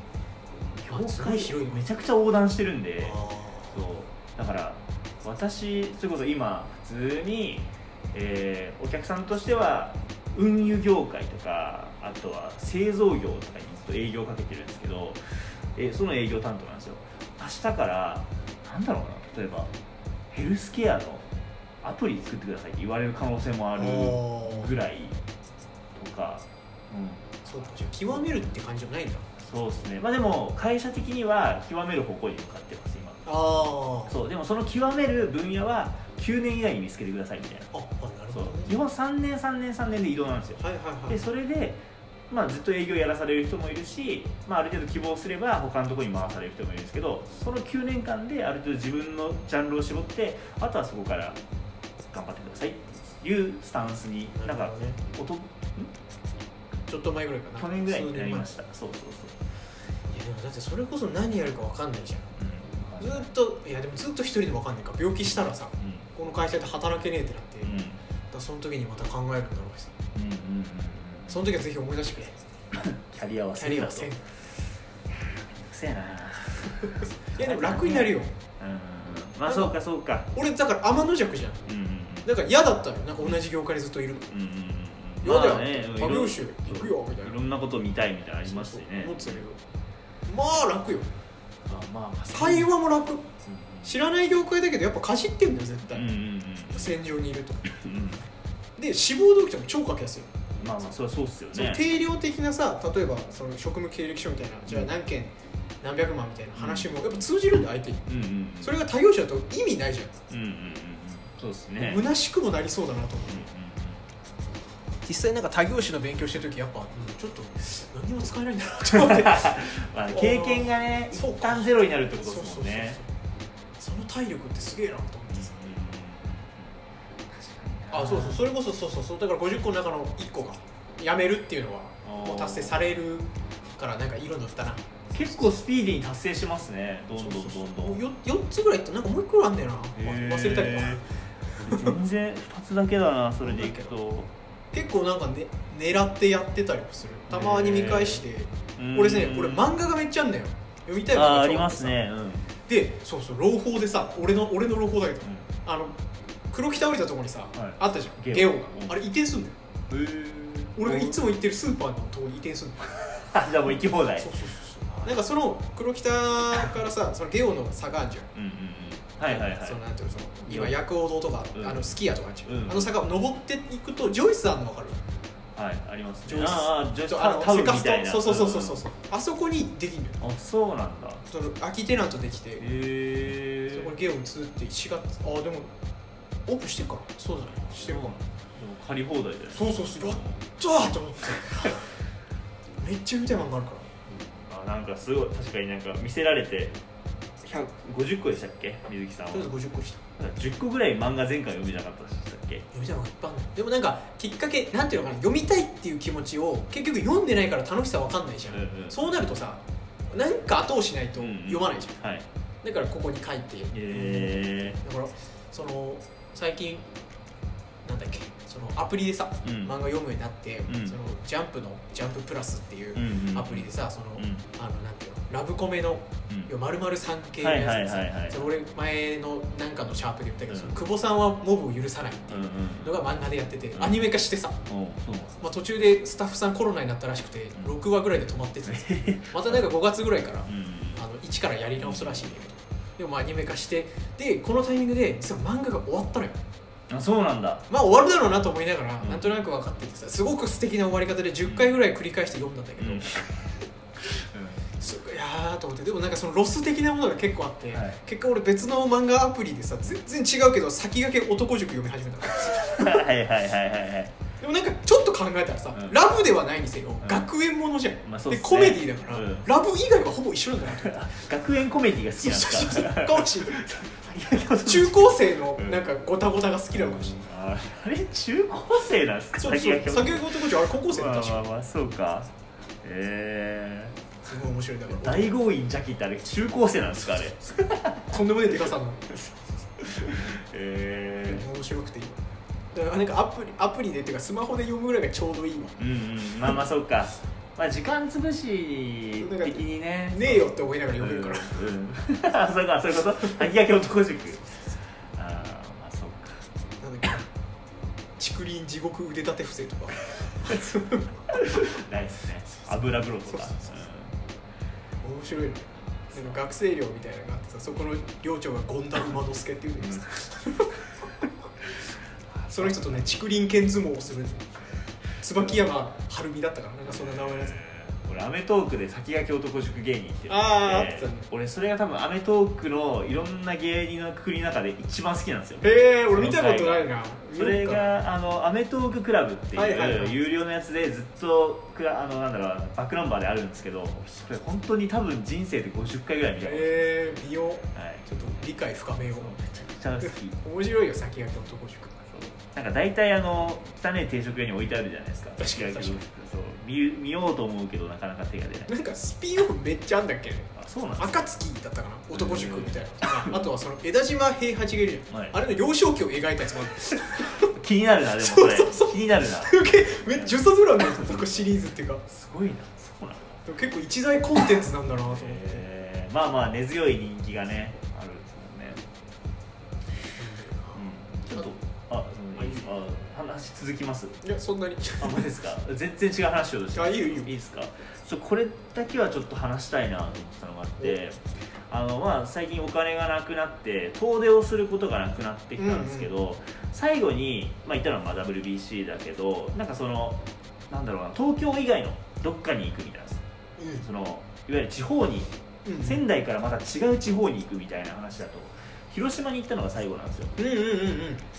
[SPEAKER 1] やすごい広いよ
[SPEAKER 2] めちゃくちゃ横断してるんで
[SPEAKER 1] あ
[SPEAKER 2] そうだから私それこそ今普通に、えーお客さんとしては運輸業界とかあとは製造業とかにずっと営業をかけてるんですけど、えーその営業担当なんですよ明日からなんだろうな例えばヘルスケアのアプリ作ってくださいって言われる可能性もあ
[SPEAKER 1] ー
[SPEAKER 2] る
[SPEAKER 1] あ
[SPEAKER 2] ぐ
[SPEAKER 1] ー
[SPEAKER 2] らいとか、うん、
[SPEAKER 1] そうかじゃあ極めるって感じじゃないんだ
[SPEAKER 2] そうですねまあでも会社的には極める方向に向かってます今
[SPEAKER 1] あー
[SPEAKER 2] そうでもその極める分野は9年以内に見つけてくださいみたいな
[SPEAKER 1] ああなるほ
[SPEAKER 2] そう
[SPEAKER 1] どね
[SPEAKER 2] 基本3年3年3年で移動なんですよ
[SPEAKER 1] はいはいは
[SPEAKER 2] で
[SPEAKER 1] い
[SPEAKER 2] それで、まあ、ずっと営業やらされる人もいるし、まあ、ある程度希望すれば他のところに回される人もいるんですけどその9年間である程度自分のジャンルを絞ってあとはそこから頑張ってくださいっていうスタンスになん
[SPEAKER 1] なる
[SPEAKER 2] か
[SPEAKER 1] ほどね
[SPEAKER 2] おと
[SPEAKER 1] ちょっと前ぐらいかな
[SPEAKER 2] 去年ぐらいになりま
[SPEAKER 1] た
[SPEAKER 2] したそうそう
[SPEAKER 1] いやでもだってそれこそ何やるか分かんないじゃんず
[SPEAKER 2] そう、
[SPEAKER 1] っといやでもずっと一人で分かんないから病気したらさ
[SPEAKER 2] うん
[SPEAKER 1] この会社で働けねえってなって、
[SPEAKER 2] うん
[SPEAKER 1] だからその時にまた考えるんだろうしさ
[SPEAKER 2] うんうんうんうん
[SPEAKER 1] その時はぜひ思い出してくれ
[SPEAKER 2] キャリアは
[SPEAKER 1] キャリアはせん
[SPEAKER 2] せ
[SPEAKER 1] い
[SPEAKER 2] んせえな
[SPEAKER 1] やでも楽になるよ
[SPEAKER 2] うんまあそうかそうか
[SPEAKER 1] 俺だから天の弱じゃん
[SPEAKER 2] うんうん
[SPEAKER 1] なんか嫌だったのよなんか同じ業界にずっといるの
[SPEAKER 2] うんうんうん
[SPEAKER 1] 嫌だよ
[SPEAKER 2] まあね
[SPEAKER 1] 他業種行くよみたいない
[SPEAKER 2] ろんなこと見たいみたいなのありますしね
[SPEAKER 1] 思ってたけどまあ楽よ
[SPEAKER 2] まあまあまあ
[SPEAKER 1] 会話も楽
[SPEAKER 2] うんうん
[SPEAKER 1] 知らない業界だけどやっぱかじってんだよ絶対、
[SPEAKER 2] うんうんうん
[SPEAKER 1] 戦場にいると
[SPEAKER 2] うん
[SPEAKER 1] で志望動機とかも超書きやすい
[SPEAKER 2] まあまあそれはそうっすよ
[SPEAKER 1] その
[SPEAKER 2] ね
[SPEAKER 1] 定量的なさ例えばその職務経歴書みたいなじゃあ何件何百万みたいな話もやっぱ通じるんだ相手に
[SPEAKER 2] うんうんうん
[SPEAKER 1] それが他業種だと意味ないじゃ
[SPEAKER 2] うんうんうんうんそうっす
[SPEAKER 1] ん、
[SPEAKER 2] ね
[SPEAKER 1] 虚しくもなりそうだなと思う
[SPEAKER 2] うんうん
[SPEAKER 1] 実際なんか他業種の勉強してる時やっぱ、うんちょっと何も使えないんだなと思って
[SPEAKER 2] うんまあ経験がね
[SPEAKER 1] そう
[SPEAKER 2] 一旦ゼロになるってこ
[SPEAKER 1] そう
[SPEAKER 2] と
[SPEAKER 1] そうそう
[SPEAKER 2] ですも
[SPEAKER 1] ん
[SPEAKER 2] ね
[SPEAKER 1] その体力ってすげえなと思ってさ
[SPEAKER 2] うんうんうん確か
[SPEAKER 1] あそ
[SPEAKER 2] にな
[SPEAKER 1] うそうそれこそそうそうそうだから50個の中の1個がやめるっていうのは
[SPEAKER 2] あー
[SPEAKER 1] もう達成されるからなんかいいのだったな
[SPEAKER 2] 結構スピーディーに達成しますねどんどんど
[SPEAKER 1] そうそ
[SPEAKER 2] ん
[SPEAKER 1] うそう
[SPEAKER 2] どん
[SPEAKER 1] もうよ4つぐらいいってなんかもう1個あんだよな
[SPEAKER 2] へー
[SPEAKER 1] 忘れたけど
[SPEAKER 2] 全然2つだけだなそれでいくと
[SPEAKER 1] 結構なんか、ね、狙ってやってたりもするたまに見返して
[SPEAKER 2] うん
[SPEAKER 1] 俺ね俺漫画がめっちゃあんだよ読みたい
[SPEAKER 2] あ
[SPEAKER 1] 漫画超
[SPEAKER 2] ー
[SPEAKER 1] っ
[SPEAKER 2] あ
[SPEAKER 1] て
[SPEAKER 2] り
[SPEAKER 1] さ
[SPEAKER 2] ますねうん、うん
[SPEAKER 1] でそうそう朗報でさ俺の俺の朗報だけどあの黒木倒れたところにさ、
[SPEAKER 2] い
[SPEAKER 1] あったじゃんゲ
[SPEAKER 2] ゲ
[SPEAKER 1] オ
[SPEAKER 2] オ
[SPEAKER 1] が
[SPEAKER 2] うん
[SPEAKER 1] あれ移転すんのよ俺がいつも行ってるスーパーのとこに移転すんの
[SPEAKER 2] あじゃあもう行き放題
[SPEAKER 1] そうそうそうそうなんかその黒北からさそのゲオの差があるじゃん
[SPEAKER 2] うんうんうんはいはいはい
[SPEAKER 1] そのなんていうのその
[SPEAKER 2] ゲオ
[SPEAKER 1] 今薬王堂とか、
[SPEAKER 2] うん
[SPEAKER 1] あのスキヤとかあるじゃん、
[SPEAKER 2] うん
[SPEAKER 1] あの坂を登っていくとジョイスさんのわかる
[SPEAKER 2] はいあります
[SPEAKER 1] ジョ
[SPEAKER 2] ね
[SPEAKER 1] イス
[SPEAKER 2] あーあージョイス
[SPEAKER 1] あの
[SPEAKER 2] タウ
[SPEAKER 1] セ
[SPEAKER 2] ン
[SPEAKER 1] カ
[SPEAKER 2] み
[SPEAKER 1] スト
[SPEAKER 2] たいな
[SPEAKER 1] そうそうそうそうそううあそこにできんのよ
[SPEAKER 2] んあそうなんだ
[SPEAKER 1] その空きテナントできて、
[SPEAKER 2] へえ
[SPEAKER 1] そこにゲオ移って4月あでもオープンしてるからそうだねしてるかも、
[SPEAKER 2] 借り放題だよね
[SPEAKER 1] そうそうそうやったーと思ってめっちゃ見たい漫画あるから
[SPEAKER 2] あなんかすごい確かになんか見せられて100 50個でしたっけ水木さんは
[SPEAKER 1] とりあえず50個した
[SPEAKER 2] 10個ぐらい漫画前回読みじゃなかったでしたっけ
[SPEAKER 1] 読みたいのがいっぱいあるのでもなんかきっかけなんていうのかな読みたいっていう気持ちを結局読んでないから楽しさわかんないじゃん、
[SPEAKER 2] うんうん
[SPEAKER 1] そうなるとさなんか後押しないと
[SPEAKER 2] うんうん
[SPEAKER 1] 読まないじゃん、
[SPEAKER 2] はい
[SPEAKER 1] だからここに書いて、
[SPEAKER 2] へえ
[SPEAKER 1] だからその最近なんだっけそのアプリでさ、
[SPEAKER 2] うん
[SPEAKER 1] 漫画読むようになって、
[SPEAKER 2] うん
[SPEAKER 1] そのジャンプの「ジャンププラスっていう
[SPEAKER 2] うんうん
[SPEAKER 1] アプリでさ、その、
[SPEAKER 2] う
[SPEAKER 1] あの
[SPEAKER 2] ん
[SPEAKER 1] なんていうのラブコメの
[SPEAKER 2] うん
[SPEAKER 1] まるまるさん系の
[SPEAKER 2] はいは
[SPEAKER 1] や
[SPEAKER 2] い
[SPEAKER 1] つ
[SPEAKER 2] はいは
[SPEAKER 1] で
[SPEAKER 2] い
[SPEAKER 1] さそれ俺前のなんかのシャープで言ったけど、
[SPEAKER 2] うん
[SPEAKER 1] 久保さんはモブを許さないって
[SPEAKER 2] う
[SPEAKER 1] い
[SPEAKER 2] んうん
[SPEAKER 1] うのが漫画でやってて、
[SPEAKER 2] うん
[SPEAKER 1] アニメ化してさ、
[SPEAKER 2] おうそう
[SPEAKER 1] まあ、途中でスタッフさんコロナになったらしくて
[SPEAKER 2] うん
[SPEAKER 1] 6話ぐらいで止まってて またなんか5月ぐらいから
[SPEAKER 2] うんうん
[SPEAKER 1] あの一からやり直すらしいんだけどでもまあアニメ化してでこのタイミングで実は漫画が終わったのよ
[SPEAKER 2] あそうなんだ
[SPEAKER 1] まあ終わるだろうなと思いながら、
[SPEAKER 2] うん
[SPEAKER 1] なんとなく分かっててさすごく素敵な終わり方で10回ぐらい繰り返して読んだんだけど、
[SPEAKER 2] うん
[SPEAKER 1] すごいいやーと思ってでもなんかそのロス的なものが結構あって、
[SPEAKER 2] はい
[SPEAKER 1] 結果俺別の漫画アプリでさ全然違うけど先駆け男塾読み始めたの
[SPEAKER 2] はいはいはいはいはい
[SPEAKER 1] でもなんかちょっと考えたらさ、
[SPEAKER 2] うん
[SPEAKER 1] ラブではないにせよ、
[SPEAKER 2] ん
[SPEAKER 1] 学園ものじゃん、
[SPEAKER 2] まあそうっ
[SPEAKER 1] です
[SPEAKER 2] ね
[SPEAKER 1] コメディだから、
[SPEAKER 2] うん
[SPEAKER 1] ラブ以外はほぼ一緒なんだなと思って
[SPEAKER 2] あ学園コメディが好き
[SPEAKER 1] そう
[SPEAKER 2] なん
[SPEAKER 1] そうそう
[SPEAKER 2] で
[SPEAKER 1] そ
[SPEAKER 2] す
[SPEAKER 1] う
[SPEAKER 2] か
[SPEAKER 1] かもしれない中
[SPEAKER 2] 中
[SPEAKER 1] 高生のなんかごたごたが好きなのかもしれない
[SPEAKER 2] ああれ中高生なんですか
[SPEAKER 1] そうそう先
[SPEAKER 2] 先
[SPEAKER 1] ほ
[SPEAKER 2] が
[SPEAKER 1] ど男塾あれ高校生だ
[SPEAKER 2] ま
[SPEAKER 1] っ
[SPEAKER 2] あ
[SPEAKER 1] たし
[SPEAKER 2] まあまあそうかええ
[SPEAKER 1] すごい面白いだから
[SPEAKER 2] 大豪院邪気ってあれ中高生なんですかあれ
[SPEAKER 1] とんでもないデカさなの
[SPEAKER 2] え
[SPEAKER 1] 面白くていいわだからなんかアプリアプリでっていうかスマホで読むぐらいがちょうどいいわ
[SPEAKER 2] えうんうんまあまあそうかまあ時間潰し的にね
[SPEAKER 1] ねえよって思いながら
[SPEAKER 2] うん
[SPEAKER 1] 読めるから、
[SPEAKER 2] うん、 あそうかそういうこと萩焼男塾あーまあそうか
[SPEAKER 1] なんだっけ竹林地獄腕立て伏せとかそう面
[SPEAKER 2] ないですね油風呂とか
[SPEAKER 1] そうそうそう白いねなんか学生寮みたいなのがあってさそこの寮長がゴンダルマドスケっていう
[SPEAKER 2] うんん
[SPEAKER 1] です、その人とね竹林剣相撲をする椿山晴美だったかななんかそんな名前のやつ
[SPEAKER 2] 俺『アメトーク』で先駆け男塾芸人っていうの
[SPEAKER 1] あー
[SPEAKER 2] って
[SPEAKER 1] あったね
[SPEAKER 2] 俺それが多分『アメトーク』のいろんな芸人のくくりの中で一番好きなんですよ
[SPEAKER 1] へえ俺見たことないな
[SPEAKER 2] それ
[SPEAKER 1] 見よ
[SPEAKER 2] が「あのアメトーククラブ」って
[SPEAKER 1] はいはい
[SPEAKER 2] い
[SPEAKER 1] は
[SPEAKER 2] う
[SPEAKER 1] い
[SPEAKER 2] 有料のやつでずっとクラあのなんだろうバックナンバーであるんですけどそれ本当に多分人生で50回ぐらい見
[SPEAKER 1] うか
[SPEAKER 2] たことある
[SPEAKER 1] へえ美容
[SPEAKER 2] はい
[SPEAKER 1] ちょっと理解深めよ
[SPEAKER 2] そう
[SPEAKER 1] う
[SPEAKER 2] めちゃくちゃ好きそう
[SPEAKER 1] 面白いよ先駆け男塾
[SPEAKER 2] なんか大体あの汚い定食屋に置いてあるじゃないですか
[SPEAKER 1] 確かに確かに
[SPEAKER 2] そう見見ようと思うけどなかなか手が出ない
[SPEAKER 1] なんかスピンオフめっちゃあんだっけ
[SPEAKER 2] あそうなんですか
[SPEAKER 1] 暁だったかな男塾みたいなあとはその枝島平八がいるじゃん、
[SPEAKER 2] はい
[SPEAKER 1] あれの幼少期を描いたやつもあるす
[SPEAKER 2] 気になるなでもこれ
[SPEAKER 1] そうそうそう
[SPEAKER 2] 気になるな
[SPEAKER 1] げえめっちゃ10冊ぐらいあるんだよなんかシリーズっていうか
[SPEAKER 2] すごいなそうなんだ
[SPEAKER 1] でも結構一大コンテンツなんだなと思って、
[SPEAKER 2] へーまあまあ根強い人気がねあるんですもんねうんちょっとあそのいいあ話続きます
[SPEAKER 1] いやそんなに
[SPEAKER 2] あマジですか全然違う話をして
[SPEAKER 1] あいいよいいよ
[SPEAKER 2] いですかそうこれだけはちょっと話したいなと思ったのがあってあのまあ最近お金がなくなって遠出をすることがなくなってきたんですけど、最後に、まあ、言ったのはまあ WBC だけどなんかそのなんだろうな東京以外のどっかに行くみたいなそのいわゆる地方に
[SPEAKER 1] うんうん
[SPEAKER 2] 仙台からまた違う地方に行くみたいな話だと広島に行ったのが最後なんですよ
[SPEAKER 1] うんうんうんうん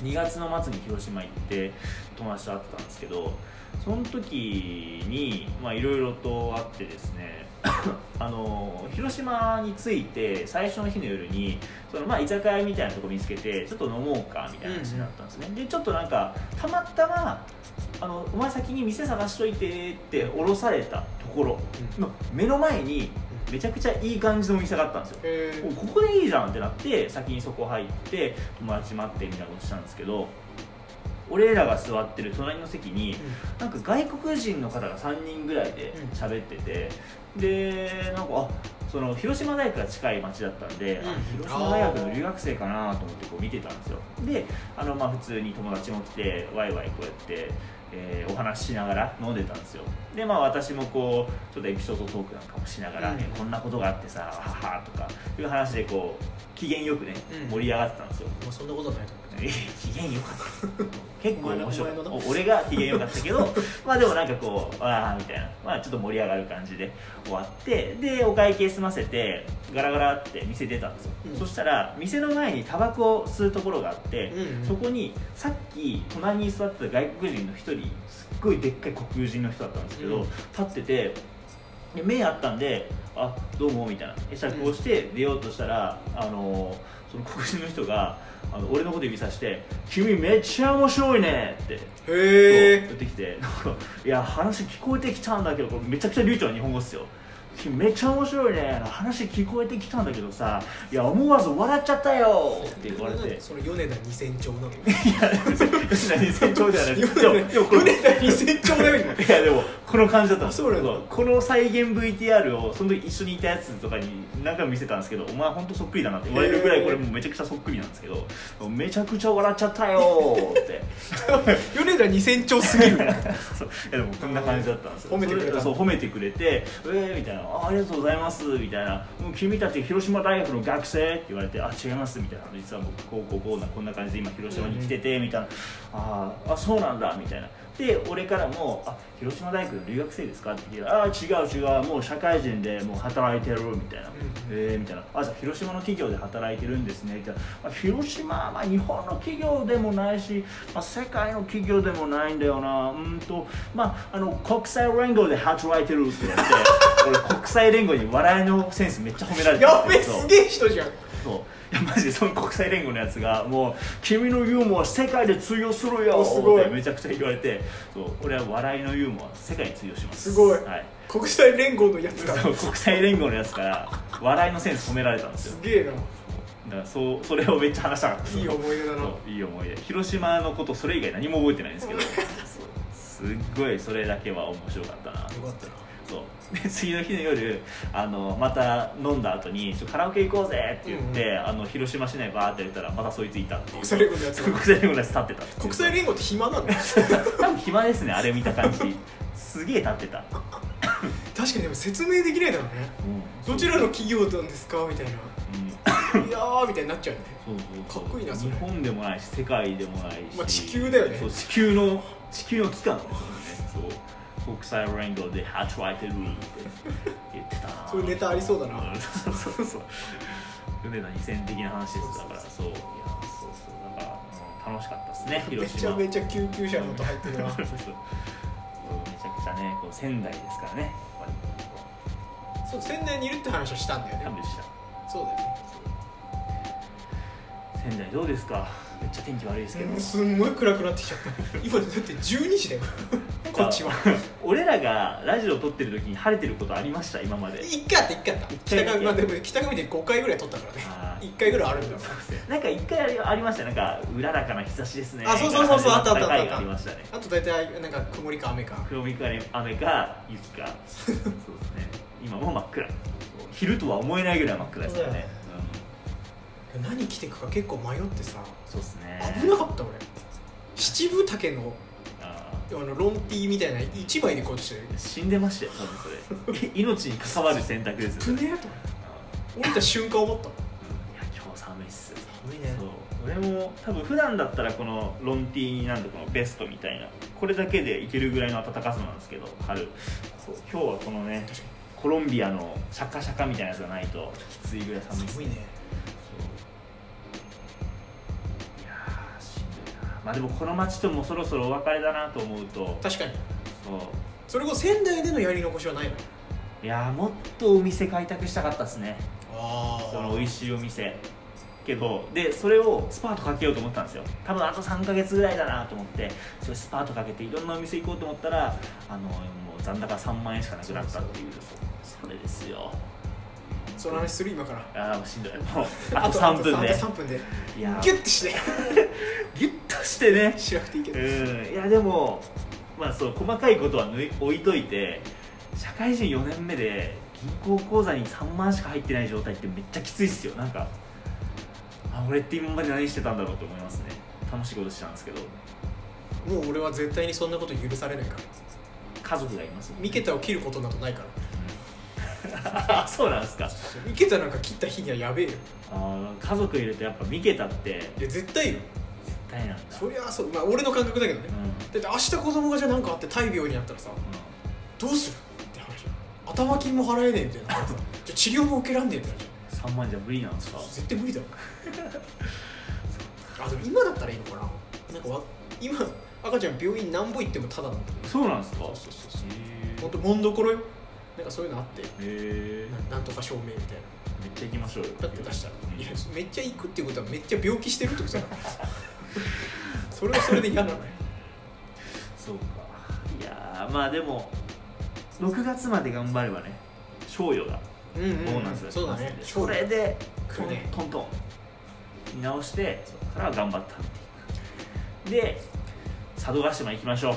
[SPEAKER 2] 2月の末に広島行って友達と会ってたんですけどその時にまあいろいろとあってですね あの広島に着いて最初の日の夜にそのまあ居酒屋みたいなとこ見つけてちょっと飲もうかみたいな話になったんですね、でちょっとなんかたまたまあの「お前先に店探しといて」って降ろされたところの目の前にめちゃくちゃいい感じのお店があったんですよ
[SPEAKER 1] え
[SPEAKER 2] おここでいいじゃんってなって先にそこ入って友達待ってみたいなことしたんですけど俺らが座ってる隣の席になんか外国人の方が3人ぐらいで
[SPEAKER 1] うん
[SPEAKER 2] 喋ってて、でなんかあその広島大学が近い町だったんで、あ
[SPEAKER 1] うん
[SPEAKER 2] 広島大学の留学生かなと思ってこう見てたんですよであのまあ普通に友達も来てワイワイこうやって、えーお話ししながら飲んでたんですよでまあ私もこうちょっとエピソードトークなんかもしながら、
[SPEAKER 1] うん
[SPEAKER 2] ねこんなことがあってさははとかいう話でこう機嫌よくね
[SPEAKER 1] うん
[SPEAKER 2] 盛り上がってたんですよ、
[SPEAKER 1] もうそんなことはないと思
[SPEAKER 2] え機嫌良かった 結構面白かった
[SPEAKER 1] お前のお前の
[SPEAKER 2] お俺が機嫌良かったけど まあでもなんかこうああみたいな、まあ、ちょっと盛り上がる感じで終わってでお会計済ませてガラガラって店出たんですよ、
[SPEAKER 1] うん
[SPEAKER 2] そしたら店の前にタバコを吸うところがあって、
[SPEAKER 1] う、うんうん、
[SPEAKER 2] そこにさっき隣に座ってた外国人の一人すっごいでっかい黒人の人だったんですけど、
[SPEAKER 1] うん
[SPEAKER 2] 立っててで目あったんで「あどうも」みたいな会釈をして出ようとしたら、あのその黒人の人があの俺のこと指さして「君めっちゃ面白いね」って
[SPEAKER 1] へ
[SPEAKER 2] 言
[SPEAKER 1] え
[SPEAKER 2] ってきてなんか「いや話聞こえてきたんだけどこれめちゃくちゃ流暢な日本語っすよ」君めっちゃ面白いね話聞こえてきたんだけどさ「いや思わず笑っちゃったよ」って言われて
[SPEAKER 1] それ米田二千兆なの
[SPEAKER 2] 吉田2000兆ではない
[SPEAKER 1] 米
[SPEAKER 2] で
[SPEAKER 1] 田
[SPEAKER 2] もでもこれ
[SPEAKER 1] 米田二千兆だよ今
[SPEAKER 2] いやでもこの感じだったんです
[SPEAKER 1] そうなんだ
[SPEAKER 2] この再現 VTR をその時一緒にいたやつとかに何回も見せたんですけどお前ほんとそっくりだなって言われるぐら
[SPEAKER 1] へ
[SPEAKER 2] い
[SPEAKER 1] ー
[SPEAKER 2] これもうめちゃくちゃそっくりなんですけどめちゃくちゃ笑っちゃったよーって
[SPEAKER 1] 米田二千兆すぎる
[SPEAKER 2] そういやでもこんな感じだったんです
[SPEAKER 1] 褒
[SPEAKER 2] よ
[SPEAKER 1] めてくれた
[SPEAKER 2] そうそう褒めてくれて「えー」みたいなあ「ありがとうございます」みたいな「もう君たち広島大学の学生?」って言われて「あ違います」みたいな「実は僕こうこうこうなこんな感じで今広島に来てて」みたいな「あーあそうなんだ」みたいな。で俺からも「あ広島大学の留学生ですか?」って聞いたら「あー違う違うもう社会人でもう働いてる」みたいな「えー」みたいな「あじゃあ広島の企業で働いてるんですね」みたいな「あ広島はまあ日本の企業でもないし、まあ、世界の企業でもないんだよなうんとまああの国際連合で働いてる」って言われて俺国際連合に笑いのセンスめっちゃ褒められて
[SPEAKER 1] や
[SPEAKER 2] ん
[SPEAKER 1] べえ
[SPEAKER 2] ですよ
[SPEAKER 1] すげえ人じゃん
[SPEAKER 2] そういやマジでその国際連合のやつがもう「君のユーモア世界で通用するよ」
[SPEAKER 1] おすごい
[SPEAKER 2] ってめちゃくちゃ言われてそう俺は笑いのユーモア世界に通用します
[SPEAKER 1] すごい
[SPEAKER 2] はい、
[SPEAKER 1] 国際連合のやつだ
[SPEAKER 2] そう国際連合のやつから笑いのセンス褒められたんですよ
[SPEAKER 1] すげえな
[SPEAKER 2] だからそうそれをめっちゃ話したかったんです
[SPEAKER 1] いい
[SPEAKER 2] よ
[SPEAKER 1] 思い出だな
[SPEAKER 2] そういい思い出広島のこと それ以外何も覚えてないんですけどそうすっごいそれだけは面白かったな
[SPEAKER 1] よかったな
[SPEAKER 2] そう で次の日の夜あのまた飲んだ後にちょカラオケ行こうぜって言って、
[SPEAKER 1] う
[SPEAKER 2] あの広島市内バーってやったらまたそいついたっていう
[SPEAKER 1] 国際連合のやつ
[SPEAKER 2] 国際連合のやつ立ってたっていう
[SPEAKER 1] 国際連合って暇なんだ
[SPEAKER 2] 多分暇ですねあれ見た感じすげえ立ってた、
[SPEAKER 1] 確かにでも説明できないだろうねどちらの企業なんですかみたいな「
[SPEAKER 2] うん
[SPEAKER 1] いやー」みたいになっちゃうね
[SPEAKER 2] そうそうそう
[SPEAKER 1] かっこいいなそれ
[SPEAKER 2] 日本でもないし世界でもないし、
[SPEAKER 1] まあ地球だよね
[SPEAKER 2] そう地球の地球の機関ですよねそう国際連合で「働いてる」って言ってたな
[SPEAKER 1] そういうネタありそうだな
[SPEAKER 2] うんそうそうそう米田二千的な話ですだからそういやそうそうだから、うん楽しかったですね
[SPEAKER 1] め
[SPEAKER 2] 広
[SPEAKER 1] ちゃ
[SPEAKER 2] 島
[SPEAKER 1] めちゃ救急車の音入って るな
[SPEAKER 2] そうそうめちゃくちゃねこう仙台ですからねやっぱりこ
[SPEAKER 1] そう仙台にいるって話をしたんだ
[SPEAKER 2] う
[SPEAKER 1] よ
[SPEAKER 2] 勘
[SPEAKER 1] ね
[SPEAKER 2] 弁した
[SPEAKER 1] そうだよね
[SPEAKER 2] 仙台どうですかめっちゃ天気悪いですけど、
[SPEAKER 1] うんすんごい暗くなってきちゃった今だって12時だよこっちは
[SPEAKER 2] 俺らがラジオ撮ってる時に晴れてることありました今まで
[SPEAKER 1] いっかっていっかって北上まあでも北上で5回ぐらい撮ったからね
[SPEAKER 2] あー
[SPEAKER 1] 1回ぐらいあるんだから
[SPEAKER 2] なんか一回ありましたねなんかうららかな日差しですね
[SPEAKER 1] あそうそうそうそうあったあったあった
[SPEAKER 2] 暖かいがありましたね
[SPEAKER 1] あと大体なんか曇りか雨か
[SPEAKER 2] 黒みか雨か雪かそうですね今もう真っ暗昼とは思えないぐらい真っ暗ですからね、
[SPEAKER 1] 何着てくか結構迷ってさ
[SPEAKER 2] うん、そうですね
[SPEAKER 1] 危なかった俺七分丈の
[SPEAKER 2] あ
[SPEAKER 1] あのロンティーみたいな1枚でこうとしてる
[SPEAKER 2] ー死んでましたよ多分それ命に関わる選択です
[SPEAKER 1] プ
[SPEAKER 2] よ、
[SPEAKER 1] ネ
[SPEAKER 2] ね、
[SPEAKER 1] ーと思って
[SPEAKER 2] あ
[SPEAKER 1] 降りた瞬間思った
[SPEAKER 2] ーいや今日寒いっす
[SPEAKER 1] 寒い
[SPEAKER 2] そう俺も多分普段だったらこのロンティーになんだこのベストみたいなこれだけでいけるぐらいの暖かさなんですけど春そう今日はこのね
[SPEAKER 1] 確か
[SPEAKER 2] コロンビアのシャカシャカみたいなやつがないときついぐらい寒い
[SPEAKER 1] に
[SPEAKER 2] です
[SPEAKER 1] 寒
[SPEAKER 2] ね
[SPEAKER 1] いね
[SPEAKER 2] そういやーしんどいなまあでもこの街ともそろそろお別れだなと思うと
[SPEAKER 1] 確かに
[SPEAKER 2] そう
[SPEAKER 1] それこそ仙台でのやり残しはないの
[SPEAKER 2] いやーもっとお店開拓したかったですね
[SPEAKER 1] あ
[SPEAKER 2] その美味しいお店けどでそれをスパートかけようと思ったんですよ多分あと3ヶ月ぐらいだなと思ってそれスパートかけていろんなお店行こうと思ったらあのもう残高3万円しかなくなったっていうそうそれですよ
[SPEAKER 1] その話する今から
[SPEAKER 2] ああもうしんどいもうあと3分で
[SPEAKER 1] あと3分で
[SPEAKER 2] いやー
[SPEAKER 1] ギュッてして
[SPEAKER 2] ギュッとしてね
[SPEAKER 1] しなくていいけど
[SPEAKER 2] うんいやでもまあそう細かいことは抜い置いといて社会人4年目で銀行口座に3万しか入ってない状態ってめっちゃきついっすよなんかあ俺って今まで何してたんだろうと思いますね楽しいことしてたんですけど
[SPEAKER 1] もう俺は絶対にそんなこと許されないから
[SPEAKER 2] 家族がいますもん
[SPEAKER 1] 三桁を切ることなどないから
[SPEAKER 2] あ そうなんですか
[SPEAKER 1] 三桁なんか切った日にはやべえよ
[SPEAKER 2] あー家族いるとやっぱ見けたって
[SPEAKER 1] い
[SPEAKER 2] 絶
[SPEAKER 1] や絶対よ
[SPEAKER 2] 対なんだ
[SPEAKER 1] そりゃそうまあ俺の感覚だけどね
[SPEAKER 2] うん、うん
[SPEAKER 1] だって明日子供がじゃあなんかあって大病になったらさどうするって話頭金も払えねえみたいな話さじゃあ治療も受けらんねえって話
[SPEAKER 2] 3万じゃ無理なんですか
[SPEAKER 1] 絶対無理だよ あでも今だったらいいのかななんかわ今赤ちゃん病院なんぼ行ってもただなんだね
[SPEAKER 2] そうなんですか
[SPEAKER 1] そうそうそうそう
[SPEAKER 2] へー
[SPEAKER 1] ほんともんどころよなんかそういうのあって
[SPEAKER 2] へえ
[SPEAKER 1] ななんとか証明みたいな
[SPEAKER 2] めっちゃ行きましょうよ
[SPEAKER 1] だって出したら
[SPEAKER 2] うん
[SPEAKER 1] いやめっちゃ行くっていうことはめっちゃ病気してるってことだから それはそれで嫌なのよ
[SPEAKER 2] そうかいやーまあでも6月まで頑張ればね賞与が
[SPEAKER 1] うんうん、
[SPEAKER 2] ボーナスが
[SPEAKER 1] そうだね
[SPEAKER 2] 来ますんでそれで
[SPEAKER 1] 来るね
[SPEAKER 2] トントン見直してそこからは頑張って食べていくで佐渡島行きましょう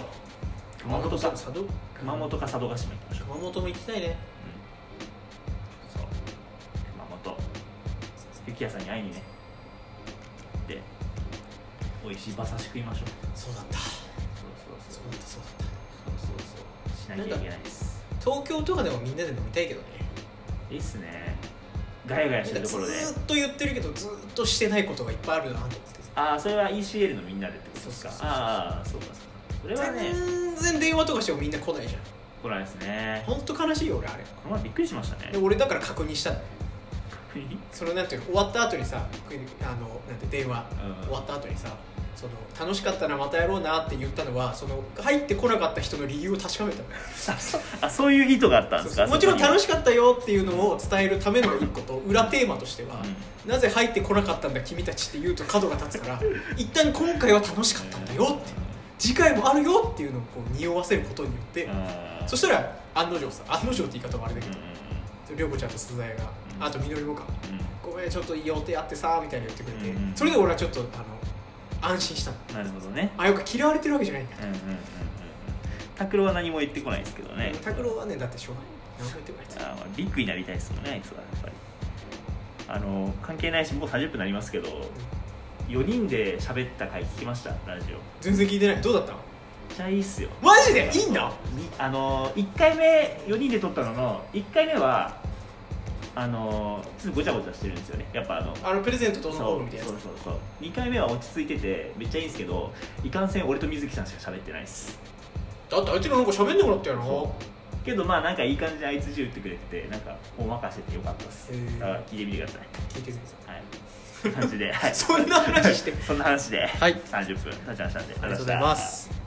[SPEAKER 2] 熊本か
[SPEAKER 1] 佐渡
[SPEAKER 2] 熊本か佐渡島行きましょう、
[SPEAKER 1] 熊本も行きたいね
[SPEAKER 2] うんそう熊本ゆきやさんに会いにねで美味しい馬刺し食いましょう
[SPEAKER 1] そうだった
[SPEAKER 2] そうそ
[SPEAKER 1] そううだったそうだっ
[SPEAKER 2] そうそうそうそうしなきゃいけないです
[SPEAKER 1] た東京とかでもみんなで飲みたいけどね
[SPEAKER 2] いいっすねガヤガヤ
[SPEAKER 1] な
[SPEAKER 2] し
[SPEAKER 1] ん
[SPEAKER 2] て
[SPEAKER 1] か
[SPEAKER 2] ると
[SPEAKER 1] ず
[SPEAKER 2] ころで
[SPEAKER 1] ーっと言ってるけどずーっとしてないことがいっぱいあるなと思って
[SPEAKER 2] ああそれは ECL のみんなでってことですか
[SPEAKER 1] そうそうそうそう
[SPEAKER 2] ああそうかそうかそれはね
[SPEAKER 1] 全然電話とかしてもみんな来ないじゃ
[SPEAKER 2] 来ないですね
[SPEAKER 1] んほんと悲しいよ俺あれ
[SPEAKER 2] この前びっくりしましたね
[SPEAKER 1] で俺だから確認したのよ
[SPEAKER 2] うん
[SPEAKER 1] そのなんていうの終わった後にさあのなんて電話終わった後にさその楽しかったなまたやろうなって言ったのはその入ってこなかった人の理由を確かめたのよ
[SPEAKER 2] あそういう意図があったんですか
[SPEAKER 1] もちろん楽
[SPEAKER 2] し
[SPEAKER 1] しかったよっていうのを伝えるための一個 と裏テーマとしては、なぜ入ってこなかったんだ君たちって言うと角が立つから一旦今回は楽しかったんだよって次回もあるよっていうのをこう匂わせることによって、そしたら案の定さ案の定って言い方もあれだけど涼子、ちゃんと鈴江が、
[SPEAKER 2] うん
[SPEAKER 1] あとみのりもかごめんちょっと予定あってさみたいな言ってくれて、
[SPEAKER 2] うん
[SPEAKER 1] それで俺はちょっとあの安心したの
[SPEAKER 2] なるほどね
[SPEAKER 1] あよく嫌われてるわけじゃないんだ
[SPEAKER 2] うんうんうんうんうん拓郎は何も言ってこないですけどね
[SPEAKER 1] 拓郎はねだってしょうがない何も言ってこないです
[SPEAKER 2] あーまあビッグになりたいですもんねあいつはやっぱりあの関係ないしもう30分になりますけど4人で喋った回聞きましたラジオめ
[SPEAKER 1] 全然聞いてないどうだったの
[SPEAKER 2] っちゃいいっすよ
[SPEAKER 1] マジでいいんだ
[SPEAKER 2] みあの1回目4人で撮ったのの1回目はあのちょっとごちゃごちゃしてるんですよねやっぱあの
[SPEAKER 1] あのプレゼントど
[SPEAKER 2] そうう
[SPEAKER 1] のこうのみ
[SPEAKER 2] そう
[SPEAKER 1] たいな
[SPEAKER 2] そう
[SPEAKER 1] や
[SPEAKER 2] そう2回目は落ち着いててめっちゃいいんですけどいかんせん俺と水木さんしか喋ってないっす
[SPEAKER 1] つだってあいつらなんか喋んなくなったよな
[SPEAKER 2] そけどまあなんかいい感じであいつ銃打ってくれててなんかお任せてよかったっす
[SPEAKER 1] へー
[SPEAKER 2] だから聞いてみてください
[SPEAKER 1] 聞いてくださ
[SPEAKER 2] はいそんな感じで、はい
[SPEAKER 1] い そんな話して
[SPEAKER 2] そんな話で
[SPEAKER 1] はい
[SPEAKER 2] 30分経ちましたん
[SPEAKER 1] あ
[SPEAKER 2] であり
[SPEAKER 1] りがとうございます